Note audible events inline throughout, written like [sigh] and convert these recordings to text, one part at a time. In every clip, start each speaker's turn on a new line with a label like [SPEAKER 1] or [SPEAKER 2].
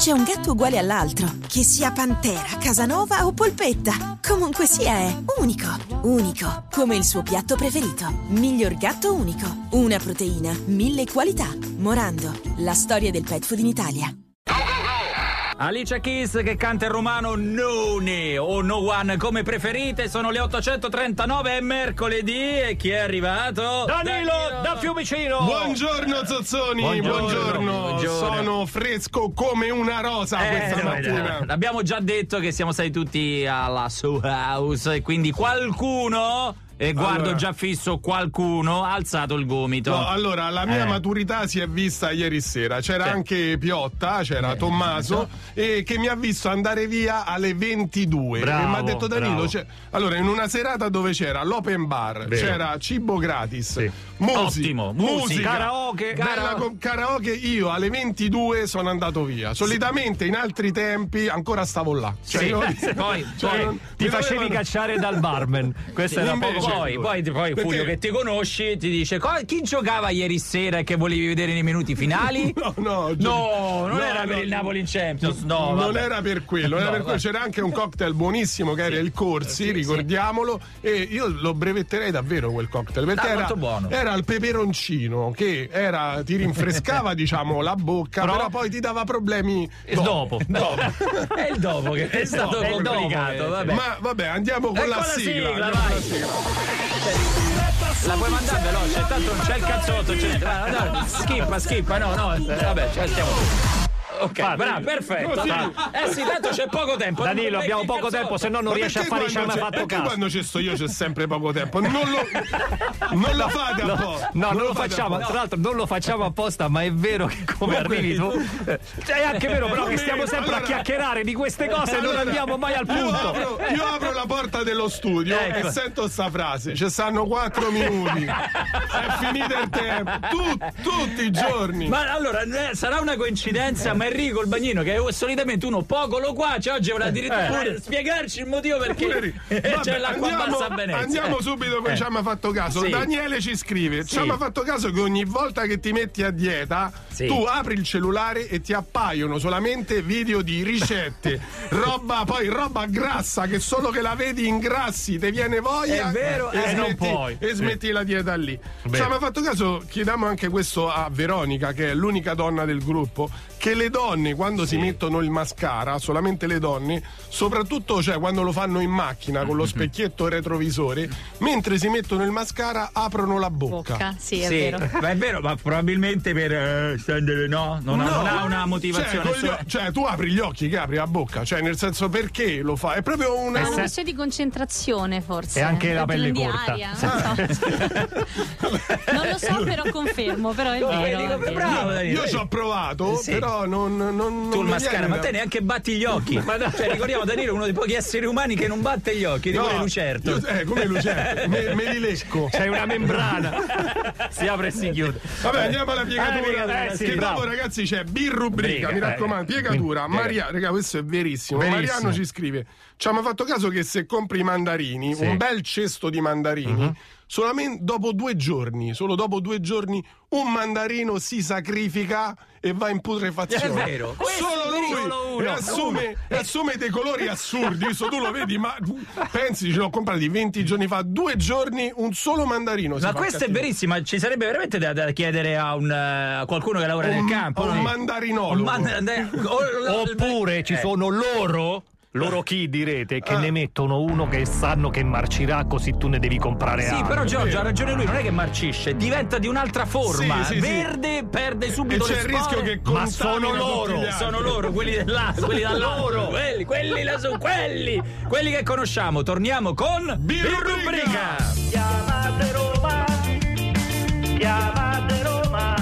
[SPEAKER 1] C'è un gatto uguale all'altro, che sia pantera, casanova o polpetta. Comunque sia è unico, unico, come il suo piatto preferito. Miglior gatto unico, una proteina, mille qualità. Morando, la storia del pet food in Italia.
[SPEAKER 2] Alicia Keys che canta in romano None o No One come preferite, sono le 839 è mercoledì e chi è arrivato?
[SPEAKER 3] Danilo, da Fiumicino!
[SPEAKER 4] Buongiorno Zozzoni,
[SPEAKER 2] Buongiorno.
[SPEAKER 4] buongiorno.
[SPEAKER 2] Buongiorno.
[SPEAKER 4] Sono fresco come una rosa
[SPEAKER 2] Eh,
[SPEAKER 4] questa
[SPEAKER 2] dai,
[SPEAKER 4] mattina.
[SPEAKER 2] dai. Abbiamo già detto che siamo stati tutti alla Soul House e quindi qualcuno, e guardo
[SPEAKER 4] Allora.
[SPEAKER 2] già fisso qualcuno, ha alzato il gomito.
[SPEAKER 4] No, allora, la mia
[SPEAKER 2] Eh.
[SPEAKER 4] maturità si è vista ieri sera. C'era
[SPEAKER 2] Sì.
[SPEAKER 4] anche Piotta, c'era Tommaso, e che mi ha visto andare via alle 22.
[SPEAKER 3] Bravo,
[SPEAKER 4] e mi ha detto Danilo,
[SPEAKER 3] bravo.
[SPEAKER 4] c'è- allora, in una serata dove c'era l'open bar,
[SPEAKER 3] Vero.
[SPEAKER 4] c'era cibo gratis,
[SPEAKER 3] Sì.
[SPEAKER 4] musica,
[SPEAKER 2] Ottimo, musica,
[SPEAKER 4] musica,
[SPEAKER 2] karaoke,
[SPEAKER 4] bella
[SPEAKER 2] karaoke.
[SPEAKER 4] co- karaoke, io alle 22 sono andato via. Solitamente in altri tempi ancora stavo là. Cioè,
[SPEAKER 2] Sì,
[SPEAKER 4] io- [laughs] cioè,
[SPEAKER 2] poi- poi
[SPEAKER 4] non-
[SPEAKER 3] Ti
[SPEAKER 4] mi
[SPEAKER 3] facevi
[SPEAKER 4] dovevano-
[SPEAKER 3] cacciare dal
[SPEAKER 4] [laughs]
[SPEAKER 3] barman. Questa era
[SPEAKER 4] Invece-
[SPEAKER 3] poco
[SPEAKER 2] poi, poi, poi
[SPEAKER 4] Perché?
[SPEAKER 2] Fulvio che ti conosci ti dice "Co- chi giocava ieri sera e che volevi vedere nei minuti finali?
[SPEAKER 4] [laughs] No, no, Gio-
[SPEAKER 2] No, non
[SPEAKER 4] no,
[SPEAKER 2] era per
[SPEAKER 4] no.
[SPEAKER 2] il Napoli in Champions. Cioè, No,
[SPEAKER 4] non
[SPEAKER 2] vabbè. [laughs]
[SPEAKER 4] era per quello, era
[SPEAKER 2] No,
[SPEAKER 4] per quello.
[SPEAKER 2] vabbè.
[SPEAKER 4] c'era anche un cocktail buonissimo che era il Corsi,
[SPEAKER 2] sì.
[SPEAKER 4] ricordiamolo, e io lo brevetterei davvero quel cocktail perché
[SPEAKER 2] Ah, molto
[SPEAKER 4] era,
[SPEAKER 2] buono.
[SPEAKER 4] era il peperoncino che era- ti rinfrescava diciamo la bocca,
[SPEAKER 3] Però- Eh,
[SPEAKER 4] però, poi ti dava problemi Boh,
[SPEAKER 2] E dopo.
[SPEAKER 4] dopo.
[SPEAKER 2] è il dopo che è stato
[SPEAKER 3] dopo,
[SPEAKER 2] complicato,
[SPEAKER 3] è il dopo,
[SPEAKER 2] vabbè.
[SPEAKER 4] Ma vabbè, andiamo con
[SPEAKER 2] Ecco
[SPEAKER 4] la,
[SPEAKER 2] la sigla, vai.
[SPEAKER 4] andiamo con la sigla.
[SPEAKER 2] La puoi mandare veloce, tanto c'è il cazzotto, c'è. ah, No, schippa, schippa, no, no, eh, vabbè, ci stiamo. Ok,
[SPEAKER 3] Fatto.
[SPEAKER 2] bravo, perfetto.
[SPEAKER 4] Così.
[SPEAKER 2] Eh sì, tanto c'è poco tempo.
[SPEAKER 3] Danilo,
[SPEAKER 2] Non
[SPEAKER 3] abbiamo
[SPEAKER 2] becchi il
[SPEAKER 3] poco tempo, se
[SPEAKER 2] cazzotto.
[SPEAKER 3] no non
[SPEAKER 4] Ma
[SPEAKER 3] riesci a
[SPEAKER 4] perché
[SPEAKER 3] fare ci ha
[SPEAKER 4] quando
[SPEAKER 3] mai
[SPEAKER 4] c'è-
[SPEAKER 3] fatto
[SPEAKER 4] perché
[SPEAKER 3] caso.
[SPEAKER 4] quando ci sto io c'è sempre poco tempo. Non lo, non lo fate a po'.
[SPEAKER 3] No, non lo
[SPEAKER 4] fate
[SPEAKER 3] facciamo,
[SPEAKER 4] apposta.
[SPEAKER 3] tra l'altro non lo facciamo apposta, ma è vero che come arrivi tu. Cioè, è anche vero però che
[SPEAKER 4] Come-
[SPEAKER 3] stiamo sempre a
[SPEAKER 4] allora-
[SPEAKER 3] chiacchierare di queste cose e non
[SPEAKER 4] Allora,
[SPEAKER 3] andiamo mai al
[SPEAKER 4] Io
[SPEAKER 3] punto.
[SPEAKER 4] apro, io
[SPEAKER 2] [laughs]
[SPEAKER 4] apro la porta dello studio
[SPEAKER 2] Ecco.
[SPEAKER 4] e sento sta frase. Ci
[SPEAKER 2] [laughs]
[SPEAKER 4] stanno quattro minuti. È finito il tempo. Tu- tutti i giorni.
[SPEAKER 2] Eh, Ma allora eh, sarà una coincidenza, ma Enrico il bagnino, che è solitamente uno poco lo qua, cioè oggi vorrà addirittura spiegarci il motivo perché eh,
[SPEAKER 4] Eh,
[SPEAKER 2] [laughs]
[SPEAKER 4] Vabbè,
[SPEAKER 2] c'è l'acqua bassa a Venezia. Eh.
[SPEAKER 4] andiamo subito che ci hanno fatto caso.
[SPEAKER 2] Sì.
[SPEAKER 4] Daniele ci scrive:
[SPEAKER 2] Sì.
[SPEAKER 4] Ci hanno fatto caso che ogni volta che ti metti a dieta,
[SPEAKER 2] Sì.
[SPEAKER 4] tu apri il cellulare e ti appaiono solamente video di
[SPEAKER 2] [laughs]
[SPEAKER 4] ricette, roba poi roba grassa che solo che la vedi ingrassi, ti viene voglia.
[SPEAKER 2] È vero,
[SPEAKER 4] e,
[SPEAKER 2] eh,
[SPEAKER 4] smetti,
[SPEAKER 3] non puoi.
[SPEAKER 4] e smetti la dieta lì. Ci
[SPEAKER 3] Vero.
[SPEAKER 4] hanno fatto caso, chiediamo anche questo a Veronica, che è l'unica donna del gruppo, che le donne quando si mettono il mascara, solamente le donne, soprattutto cioè, quando lo fanno in
[SPEAKER 2] [laughs]
[SPEAKER 4] macchina con lo specchietto retrovisore, mentre si mettono il mascara aprono la bocca.
[SPEAKER 5] bocca. Sì, è
[SPEAKER 2] Sì,
[SPEAKER 5] vero.
[SPEAKER 3] Eh,
[SPEAKER 2] ma è vero, ma probabilmente per eh, stendere no, non, ha, non ha una motivazione.
[SPEAKER 4] Cioè, con gli
[SPEAKER 2] solo-
[SPEAKER 5] Eh,
[SPEAKER 4] o- cioè, tu apri gli occhi che apri la bocca, cioè nel senso perché lo fa? È proprio una
[SPEAKER 5] Ma
[SPEAKER 2] Eh,
[SPEAKER 3] se-
[SPEAKER 5] una questione di concentrazione, forse. eh,
[SPEAKER 3] E anche la
[SPEAKER 5] Perché
[SPEAKER 3] pelle
[SPEAKER 5] prendi
[SPEAKER 3] corta.
[SPEAKER 5] aria, non, [laughs] so. Non lo so, però confermo. Però è
[SPEAKER 2] Eh,
[SPEAKER 5] vero.
[SPEAKER 2] dico,
[SPEAKER 5] è vero.
[SPEAKER 2] bravo, Daniele.
[SPEAKER 4] Io ci ho provato,
[SPEAKER 2] Eh, Sì.
[SPEAKER 4] però non, non, non
[SPEAKER 2] tu il
[SPEAKER 4] mi
[SPEAKER 2] mascara,
[SPEAKER 4] viene
[SPEAKER 2] ma
[SPEAKER 4] da-
[SPEAKER 2] te neanche batti gli occhi. Ma no, cioè, ricordiamo Danilo è uno dei pochi esseri umani che non batte gli occhi, tipo
[SPEAKER 4] No,
[SPEAKER 2] le lucerto.
[SPEAKER 4] io- eh, come
[SPEAKER 2] [laughs]
[SPEAKER 4] lucerto, me, me li lecco.
[SPEAKER 3] C'è una membrana. Si apre e si chiude.
[SPEAKER 4] Vabbè, andiamo alla piegatura.
[SPEAKER 3] eh, sì,
[SPEAKER 4] che
[SPEAKER 3] bravo.
[SPEAKER 4] dopo, ragazzi, c'è birrubrica.
[SPEAKER 3] Briga,
[SPEAKER 4] mi raccomando,
[SPEAKER 3] eh,
[SPEAKER 4] piegatura.
[SPEAKER 3] quindi,
[SPEAKER 4] Maria, raga, questo è verissimo.
[SPEAKER 3] Verissimo.
[SPEAKER 4] Mariano ci scrive: Ci hanno fatto caso che se compri i mandarini,
[SPEAKER 3] Sì. Mhm.
[SPEAKER 4] un bel cesto di mandarini, solamente dopo due giorni, solo dopo due giorni, un mandarino si sacrifica. E va in putrefazione.
[SPEAKER 2] È vero. Questo
[SPEAKER 4] Solo
[SPEAKER 2] sì,
[SPEAKER 4] lui.
[SPEAKER 2] solo uno.
[SPEAKER 4] e assume, e assume dei colori assurdi. Questo tu lo vedi, ma pensi, ce l'ho comprati 20 giorni fa. Due giorni, un solo mandarino. si
[SPEAKER 2] Ma
[SPEAKER 4] fa
[SPEAKER 2] questo è
[SPEAKER 4] cattivo.
[SPEAKER 2] verissimo, ci sarebbe veramente da, da chiedere a, un, eh, a qualcuno che lavora nel
[SPEAKER 4] Un-
[SPEAKER 2] campo.
[SPEAKER 4] un
[SPEAKER 2] no?
[SPEAKER 4] mandarinologo.
[SPEAKER 2] Un mand- eh, o-
[SPEAKER 3] Oppure ci
[SPEAKER 2] Eh.
[SPEAKER 3] sono loro. Loro chi direte che
[SPEAKER 4] Ah.
[SPEAKER 3] ne mettono uno che sanno che marcirà così tu ne devi comprare
[SPEAKER 2] Sì,
[SPEAKER 3] altro.
[SPEAKER 2] però Giorgio ha ragione lui, non è che marcisce, diventa di un'altra forma.
[SPEAKER 4] Sì, sì, sì.
[SPEAKER 2] Verde perde
[SPEAKER 4] E
[SPEAKER 2] subito
[SPEAKER 4] c'è
[SPEAKER 2] le
[SPEAKER 4] il rischio
[SPEAKER 2] spore.
[SPEAKER 4] che
[SPEAKER 3] Ma
[SPEAKER 4] contamina
[SPEAKER 3] sono loro,
[SPEAKER 4] tutti gli altri.
[SPEAKER 2] Sono loro, quelli del
[SPEAKER 4] [laughs]
[SPEAKER 2] là, quelli da là, quelli, quelli là su, quelli, quelli che conosciamo. Torniamo con
[SPEAKER 4] Birrubrica.
[SPEAKER 2] Birrubrica.
[SPEAKER 6] Chiamate Roma, chiamate Roma,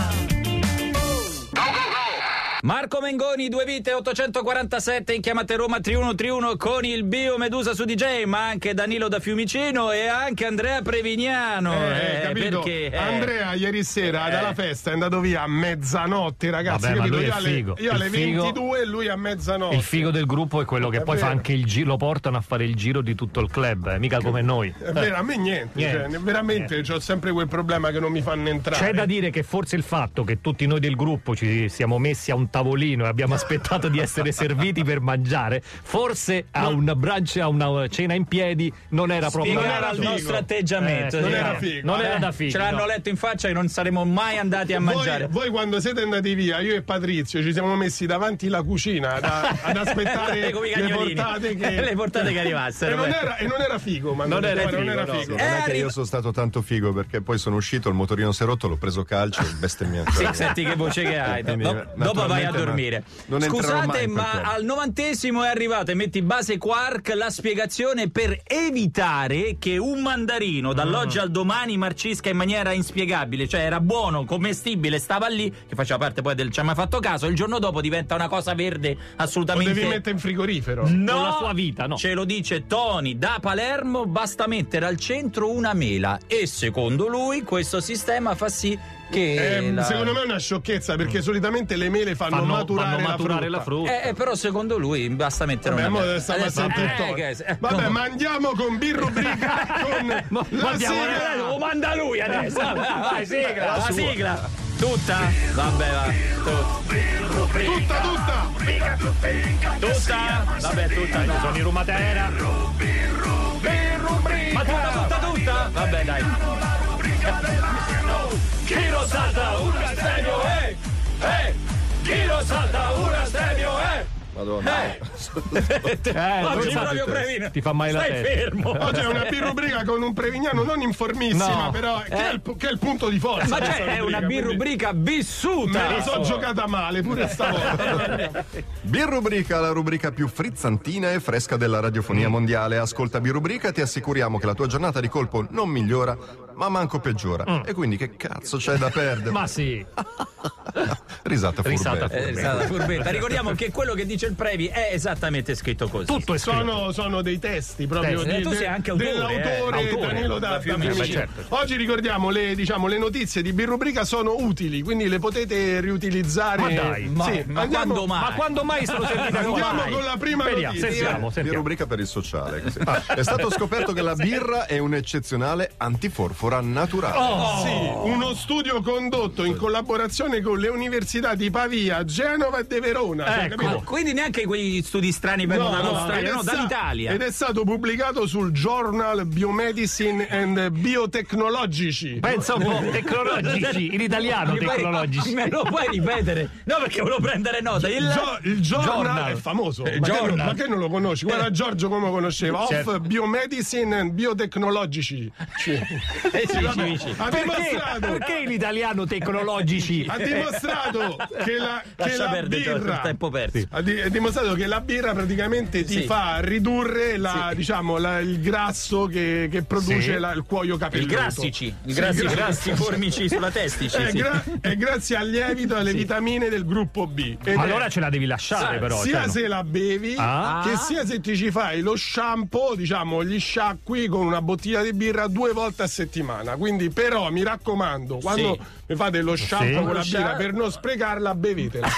[SPEAKER 2] Marco Mengoni, due vite, 847 in chiamate Roma 3131 con il Bio Medusa su DJ, ma anche Danilo da Fiumicino e anche Andrea Prevignano.
[SPEAKER 4] Eh,
[SPEAKER 2] Eh,
[SPEAKER 4] capito?
[SPEAKER 2] perché? eh.
[SPEAKER 4] Andrea ieri sera
[SPEAKER 2] Eh.
[SPEAKER 4] dalla festa è andato via a mezzanotte, ragazzi.
[SPEAKER 3] Vabbè, ma
[SPEAKER 4] capito?
[SPEAKER 3] lui
[SPEAKER 4] io
[SPEAKER 3] è
[SPEAKER 4] alle,
[SPEAKER 3] figo.
[SPEAKER 4] io
[SPEAKER 3] Il
[SPEAKER 4] alle
[SPEAKER 3] figo-
[SPEAKER 4] 22 e lui a mezzanotte.
[SPEAKER 3] Il figo del gruppo è quello che
[SPEAKER 4] È
[SPEAKER 3] poi fa
[SPEAKER 4] vero.
[SPEAKER 3] anche il giro, lo portano a fare il giro di tutto il club, eh, mica come noi.
[SPEAKER 4] È vero, a me niente,
[SPEAKER 3] Eh. Niente.
[SPEAKER 4] cioè, veramente ho sempre
[SPEAKER 3] Eh,
[SPEAKER 4] quel problema che non mi fanno entrare.
[SPEAKER 3] C'è da dire che forse il fatto che tutti noi del gruppo ci siamo messi a un tavolino e abbiamo aspettato di essere serviti per mangiare, forse a una brancia, a una cena in piedi, non era proprio
[SPEAKER 2] non
[SPEAKER 4] era
[SPEAKER 2] era il
[SPEAKER 4] figo.
[SPEAKER 2] nostro
[SPEAKER 3] Eh,
[SPEAKER 2] atteggiamento.
[SPEAKER 3] sì,
[SPEAKER 4] non
[SPEAKER 2] sì.
[SPEAKER 4] era
[SPEAKER 3] eh,
[SPEAKER 4] figo.
[SPEAKER 3] Non era
[SPEAKER 2] Eh,
[SPEAKER 3] da figo.
[SPEAKER 2] Ce l'hanno
[SPEAKER 3] no.
[SPEAKER 2] letto in faccia che non saremmo mai andati a mangiare.
[SPEAKER 4] Voi, voi quando siete andati via, io e Patrizio ci siamo messi davanti la cucina ad,
[SPEAKER 3] [laughs]
[SPEAKER 2] [laughs]
[SPEAKER 4] ad aspettare
[SPEAKER 2] Come i
[SPEAKER 4] le
[SPEAKER 2] cagnolini.
[SPEAKER 4] portate che...
[SPEAKER 2] [laughs] le portate che
[SPEAKER 4] e,
[SPEAKER 2] arrivassero. ecco.
[SPEAKER 4] non
[SPEAKER 2] beh.
[SPEAKER 4] era, e non era figo, ma
[SPEAKER 2] Non era
[SPEAKER 4] non
[SPEAKER 2] figo,
[SPEAKER 4] era
[SPEAKER 2] no,
[SPEAKER 4] figo.
[SPEAKER 2] sì. Eh,
[SPEAKER 7] non è che
[SPEAKER 2] arriva-
[SPEAKER 7] io sono stato tanto figo perché poi sono uscito, il motorino si è rotto, l'ho preso
[SPEAKER 2] [laughs]
[SPEAKER 7] calcio, bestemmiato.
[SPEAKER 2] Sì, senti che voce che hai.
[SPEAKER 7] Quindi,
[SPEAKER 2] Do-
[SPEAKER 7] naturalmente,
[SPEAKER 2] dopo vai a
[SPEAKER 7] ma
[SPEAKER 2] dormire.
[SPEAKER 7] non entrerò mai
[SPEAKER 2] Scusate,
[SPEAKER 7] in
[SPEAKER 2] ma
[SPEAKER 7] quel
[SPEAKER 2] al novantesimo è arrivato e metti base quark la spiegazione per evitare che un mandarino dall'oggi al domani marcisca in maniera inspiegabile. Cioè, era buono, commestibile, stava lì, che faceva parte poi del ci ha mai fatto caso. Il giorno dopo diventa una cosa verde
[SPEAKER 4] Lo
[SPEAKER 2] assolutamente.
[SPEAKER 4] devi mettere in frigorifero.
[SPEAKER 2] No,
[SPEAKER 3] Con la sua vita, Ah, no.
[SPEAKER 4] Cioè,
[SPEAKER 2] Ce lo dice Tony da Palermo, basta mettere al centro una mela e secondo lui questo sistema fa sì che
[SPEAKER 4] Ehm,
[SPEAKER 2] Eh, la-
[SPEAKER 4] Secondo me è una sciocchezza perché solitamente le mele fanno,
[SPEAKER 3] fanno
[SPEAKER 4] maturare,
[SPEAKER 3] fanno maturare
[SPEAKER 4] la frutta.
[SPEAKER 2] Eh, eh, però secondo lui basta mettere
[SPEAKER 4] Vabbè,
[SPEAKER 2] una
[SPEAKER 4] mo
[SPEAKER 2] mela.
[SPEAKER 4] sta
[SPEAKER 2] Adesso-
[SPEAKER 4] passando il
[SPEAKER 2] eh,
[SPEAKER 4] tono.
[SPEAKER 2] che- eh,
[SPEAKER 4] Vabbè,
[SPEAKER 2] no.
[SPEAKER 4] ma andiamo con Birrubrica con
[SPEAKER 3] Ma-
[SPEAKER 4] la
[SPEAKER 3] guardiamo,
[SPEAKER 4] sigla.
[SPEAKER 3] eh, lo
[SPEAKER 2] manda lui
[SPEAKER 4] [laughs]
[SPEAKER 2] adesso. Ah, Vai, sigla, la, sigla. Tutta? Vabbè, va. Tut-
[SPEAKER 4] Tutta, tutta!
[SPEAKER 2] Tutta? Vabbè,
[SPEAKER 4] Eh,
[SPEAKER 2] tutta. dai.
[SPEAKER 3] Sono in Rumatera.
[SPEAKER 2] Ma tutta, tutta, tutta? Vabbè, dai. Chiro salta un stemio, eh! Eh! Chiro salta un stemio, eh!
[SPEAKER 7] Madonna.
[SPEAKER 2] Eh!
[SPEAKER 3] Eh,
[SPEAKER 2] Oggi
[SPEAKER 3] non so-
[SPEAKER 2] proprio Previna.
[SPEAKER 3] Ti fa mai la
[SPEAKER 2] Stai
[SPEAKER 3] testa.
[SPEAKER 2] fermo.
[SPEAKER 4] Oggi è una birrubrica con un prevignano non informissima,
[SPEAKER 3] No.
[SPEAKER 4] però che, è il, pu- che è il punto di forza.
[SPEAKER 2] Ma
[SPEAKER 4] di
[SPEAKER 2] cioè,
[SPEAKER 4] questa
[SPEAKER 2] è una
[SPEAKER 4] rubrica, quindi
[SPEAKER 2] birrubrica vissuta.
[SPEAKER 4] Me la so giocata male pure stavolta.
[SPEAKER 7] Birrubrica, la rubrica più frizzantina e fresca della
[SPEAKER 2] Mm.
[SPEAKER 7] radiofonia mondiale. Ascolta Birrubrica e ti assicuriamo che la tua giornata di colpo non migliora, ma manco
[SPEAKER 2] Mm.
[SPEAKER 7] peggiora. E quindi che cazzo c'è
[SPEAKER 2] [laughs]
[SPEAKER 7] da perdere?
[SPEAKER 3] Ma sì.
[SPEAKER 7] [laughs] Risata furbe.
[SPEAKER 3] Risata
[SPEAKER 2] Eh,
[SPEAKER 3] furbe.
[SPEAKER 2] esatto, furbetta. Ricordiamo che quello che dice il Previ è esattamente scritto così.
[SPEAKER 3] Tutto è scritto.
[SPEAKER 4] Sono, sono dei testi proprio
[SPEAKER 3] Testi.
[SPEAKER 4] di-
[SPEAKER 2] Eh, tu sei anche autore,
[SPEAKER 4] dell'autore
[SPEAKER 2] eh, autore,
[SPEAKER 4] Danilo
[SPEAKER 2] da
[SPEAKER 4] Da-
[SPEAKER 2] Fiumicino.
[SPEAKER 4] Fiumicino.
[SPEAKER 3] Eh, beh, certo.
[SPEAKER 4] Oggi ricordiamo le, diciamo, le notizie di Birrubrica sono utili, quindi le potete riutilizzare.
[SPEAKER 3] Ma dai,
[SPEAKER 4] Sì,
[SPEAKER 2] Ma, ma
[SPEAKER 4] andiamo-
[SPEAKER 2] quando mai?
[SPEAKER 3] Ma quando
[SPEAKER 2] [laughs]
[SPEAKER 3] mai sono servita
[SPEAKER 4] Andiamo con la prima
[SPEAKER 3] Vediamo,
[SPEAKER 4] notizia.
[SPEAKER 3] sentiamo, sentiamo.
[SPEAKER 7] Birrubrica per il sociale. così. Ah, È stato scoperto che la birra è un'eccezionale antiforfora naturale.
[SPEAKER 2] Oh,
[SPEAKER 4] Sì, uno studio condotto in collaborazione con le università di Pavia, Genova e De Verona. cioè,
[SPEAKER 3] Ecco.
[SPEAKER 4] capito?
[SPEAKER 2] Quindi neanche quegli studi strani vengono dall'Australia,
[SPEAKER 4] ed è
[SPEAKER 2] no,
[SPEAKER 4] sta-
[SPEAKER 2] dall'Italia.
[SPEAKER 4] Ed è stato pubblicato sul Journal Biomedicine and Biotechnologici.
[SPEAKER 3] Pensa un po', tecnologici, in italiano
[SPEAKER 2] Mi puoi-
[SPEAKER 3] tecnologici.
[SPEAKER 2] Me lo puoi ripetere? No, perché volevo prendere nota. Il...
[SPEAKER 4] Gio- il journal,
[SPEAKER 3] Journal.
[SPEAKER 4] è famoso, ma, Che
[SPEAKER 2] Eh, journal. Eh.
[SPEAKER 4] non, ma che non lo conosci? Guarda Giorgio come lo conosceva,
[SPEAKER 3] Certo.
[SPEAKER 4] Off Biomedicine and Biotechnologici. Cioè,
[SPEAKER 2] [laughs] Eh, sì, sì, sì.
[SPEAKER 4] ha
[SPEAKER 3] Perché,
[SPEAKER 4] dimostrato,
[SPEAKER 3] perché in italiano tecnologici?
[SPEAKER 4] ha dimostrato che la, che
[SPEAKER 2] Lascia
[SPEAKER 4] la
[SPEAKER 2] perdere Giorgio,
[SPEAKER 4] birra
[SPEAKER 2] il tempo perso.
[SPEAKER 4] Ha di- è dimostrato che la birra praticamente ti
[SPEAKER 2] Sì.
[SPEAKER 4] fa ridurre la- diciamo, la- il grasso che, che produce
[SPEAKER 3] Sì.
[SPEAKER 4] la- il cuoio
[SPEAKER 2] Il
[SPEAKER 4] capelluto.
[SPEAKER 2] grassici, il
[SPEAKER 4] Sì,
[SPEAKER 2] grassi,
[SPEAKER 4] gra-
[SPEAKER 2] grassi formici sulla testici.
[SPEAKER 4] È,
[SPEAKER 2] sì.
[SPEAKER 4] gra- è grazie al lievito e alle vitamine del gruppo B. Ed
[SPEAKER 3] Ma
[SPEAKER 4] è-
[SPEAKER 3] allora ce la devi lasciare,
[SPEAKER 2] Sì,
[SPEAKER 3] però.
[SPEAKER 4] sia
[SPEAKER 3] cioè, no.
[SPEAKER 4] se la bevi
[SPEAKER 3] Ah.
[SPEAKER 4] che sia se ti ci fai lo shampoo, diciamo, gli sciacqui con una bottiglia di birra due volte a settimana. Quindi, però, mi raccomando, quando
[SPEAKER 2] Sì.
[SPEAKER 4] mi fate lo shampoo
[SPEAKER 3] Sì.
[SPEAKER 4] con la
[SPEAKER 2] Lo
[SPEAKER 4] birra
[SPEAKER 2] scia-
[SPEAKER 4] per non sprecarla,
[SPEAKER 3] [laughs]
[SPEAKER 4] bevetela.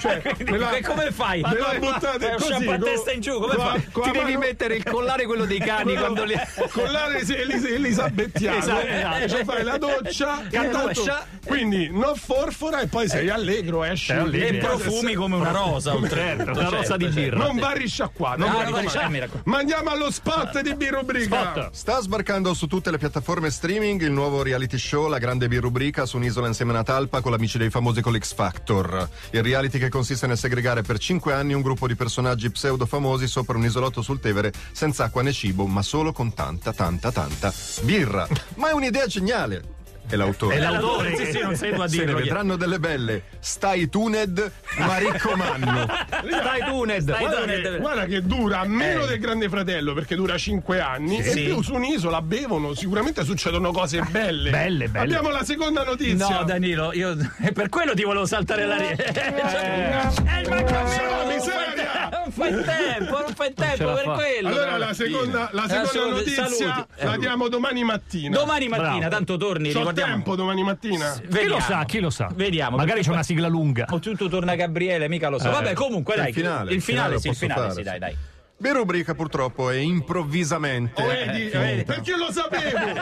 [SPEAKER 4] cioè, me la-
[SPEAKER 2] E come fai?
[SPEAKER 4] Me la
[SPEAKER 2] Come
[SPEAKER 4] buttate
[SPEAKER 2] fai? Fai un
[SPEAKER 4] così,
[SPEAKER 2] shampoo a
[SPEAKER 4] con-
[SPEAKER 2] testa in giù, come
[SPEAKER 4] con la-
[SPEAKER 2] fai?
[SPEAKER 4] con
[SPEAKER 3] Ti
[SPEAKER 4] la
[SPEAKER 3] devi
[SPEAKER 4] mano-
[SPEAKER 3] mettere il collare quello dei cani quando li...
[SPEAKER 4] con l'aria se- elis- elisabettiana
[SPEAKER 3] Esatto, esatto.
[SPEAKER 4] Cioè, fai la doccia
[SPEAKER 3] La
[SPEAKER 4] intanto-
[SPEAKER 3] doccia.
[SPEAKER 4] quindi non forfora e poi sei allegro esci
[SPEAKER 3] Sei allegro.
[SPEAKER 2] E
[SPEAKER 3] Eh,
[SPEAKER 2] profumi come una rosa,
[SPEAKER 4] Certo,
[SPEAKER 2] oltretutto.
[SPEAKER 3] Una rosa di
[SPEAKER 2] certo.
[SPEAKER 3] birra.
[SPEAKER 4] non va risciacquato non
[SPEAKER 2] No,
[SPEAKER 4] va
[SPEAKER 2] Ah, non va
[SPEAKER 4] risciacquato.
[SPEAKER 2] risciacquato, mi raccomando.
[SPEAKER 4] ma andiamo allo spot di Birubrica
[SPEAKER 3] Spot.
[SPEAKER 7] Sta sbarcando su tutte le piattaforme streaming il nuovo reality show La Grande Birubrica su un'isola insieme a una talpa con l'amici dei famosi con l'X Factor. Il reality che consiste nel segregare per 5 anni un gruppo di personaggi pseudo famosi sopra un isolotto sul Tevere senza acqua né cibo, ma solo con tanta, tanta, tanta birra. Ma è un'idea geniale! È l'autore.
[SPEAKER 3] È l'autore.
[SPEAKER 2] Sì, sì, non sei tu a
[SPEAKER 7] Se ne
[SPEAKER 2] dirlo.
[SPEAKER 7] vedranno delle belle. Stai tuned, ma raccomando.
[SPEAKER 3] Stai tu, Ned.
[SPEAKER 4] Guarda
[SPEAKER 2] Dai,
[SPEAKER 4] che,
[SPEAKER 2] dai.
[SPEAKER 4] guarda che dura meno del Grande Fratello perché dura 5 anni
[SPEAKER 2] Sì. Ah,
[SPEAKER 4] e più su un'isola bevono sicuramente succedono cose belle
[SPEAKER 3] Belle, belle.
[SPEAKER 4] abbiamo la seconda notizia
[SPEAKER 2] No, Danilo, io [laughs] e per quello ti volevo saltare la
[SPEAKER 4] Eh,
[SPEAKER 2] [laughs] Eh, cioè, rete. È il
[SPEAKER 4] Porca miseria!
[SPEAKER 2] Non fai tempo, non fai tempo
[SPEAKER 3] la
[SPEAKER 2] per
[SPEAKER 3] fa.
[SPEAKER 2] quello.
[SPEAKER 4] allora la seconda, la seconda
[SPEAKER 2] Saluti,
[SPEAKER 4] notizia
[SPEAKER 2] saluti. Eh,
[SPEAKER 4] la diamo domani mattina
[SPEAKER 2] Domani mattina,
[SPEAKER 3] Bravo.
[SPEAKER 2] tanto torni,
[SPEAKER 4] c'ho
[SPEAKER 2] ricordiamo.
[SPEAKER 4] tempo domani mattina
[SPEAKER 3] Chi
[SPEAKER 2] Vediamo.
[SPEAKER 3] lo sa, chi lo sa?
[SPEAKER 2] Vediamo.
[SPEAKER 3] Magari c'è una sigla lunga. Eh.
[SPEAKER 2] O tutto torna Gabriele, mica lo so. Vabbè, comunque,
[SPEAKER 7] Il
[SPEAKER 2] dai.
[SPEAKER 7] finale,
[SPEAKER 2] il
[SPEAKER 7] il finale
[SPEAKER 2] finale,
[SPEAKER 7] lo
[SPEAKER 2] sì, il
[SPEAKER 7] posso
[SPEAKER 2] finale,
[SPEAKER 7] fare,
[SPEAKER 2] sì,
[SPEAKER 7] sì.
[SPEAKER 2] dai, dai.
[SPEAKER 7] Birubrica purtroppo è
[SPEAKER 3] Oh,
[SPEAKER 7] improvvisamente.
[SPEAKER 4] Vedi,
[SPEAKER 2] Eh,
[SPEAKER 7] finita.
[SPEAKER 4] vedi, perché
[SPEAKER 2] [laughs]
[SPEAKER 4] lo sapevo!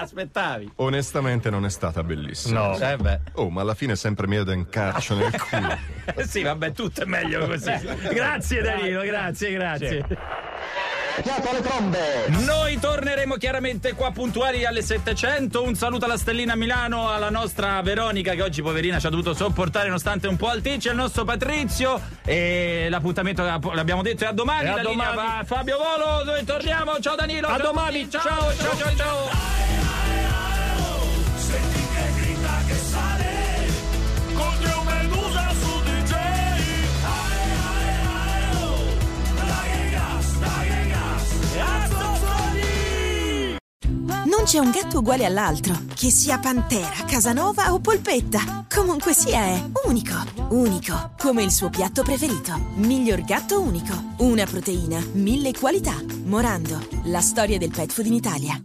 [SPEAKER 2] Aspettavi.
[SPEAKER 7] Onestamente non è stata bellissima.
[SPEAKER 3] No.
[SPEAKER 2] Eh beh.
[SPEAKER 7] Oh, ma alla fine è sempre meglio da un calcio nel culo.
[SPEAKER 2] Sì, vabbè, tutto è meglio così. grazie Danilo, grazie, grazie. Noi torneremo chiaramente qua puntuali alle 700. Un saluto alla Stellina a Milano, alla nostra Veronica che oggi poverina ci ha dovuto sopportare nonostante un po' alticcia, il nostro Patrizio e l'appuntamento l'abbiamo detto è a domani.
[SPEAKER 3] È a
[SPEAKER 2] La linea
[SPEAKER 3] domani.
[SPEAKER 2] va a Fabio Volo, noi torniamo. Ciao Danilo.
[SPEAKER 3] A
[SPEAKER 2] ciao a
[SPEAKER 3] domani,
[SPEAKER 2] tutti, ciao ciao ciao. ciao.
[SPEAKER 6] Senti che grida che sale Contro Medusa su DJ Ae, ae, ae, oh. Dai gas, dai gas E ascoltali
[SPEAKER 1] Non c'è un gatto uguale all'altro, che sia pantera, casanova o polpetta. Comunque sia è unico, unico, come il suo piatto preferito. Miglior gatto unico, una proteina, mille qualità. Morando, la storia del pet food in Italia.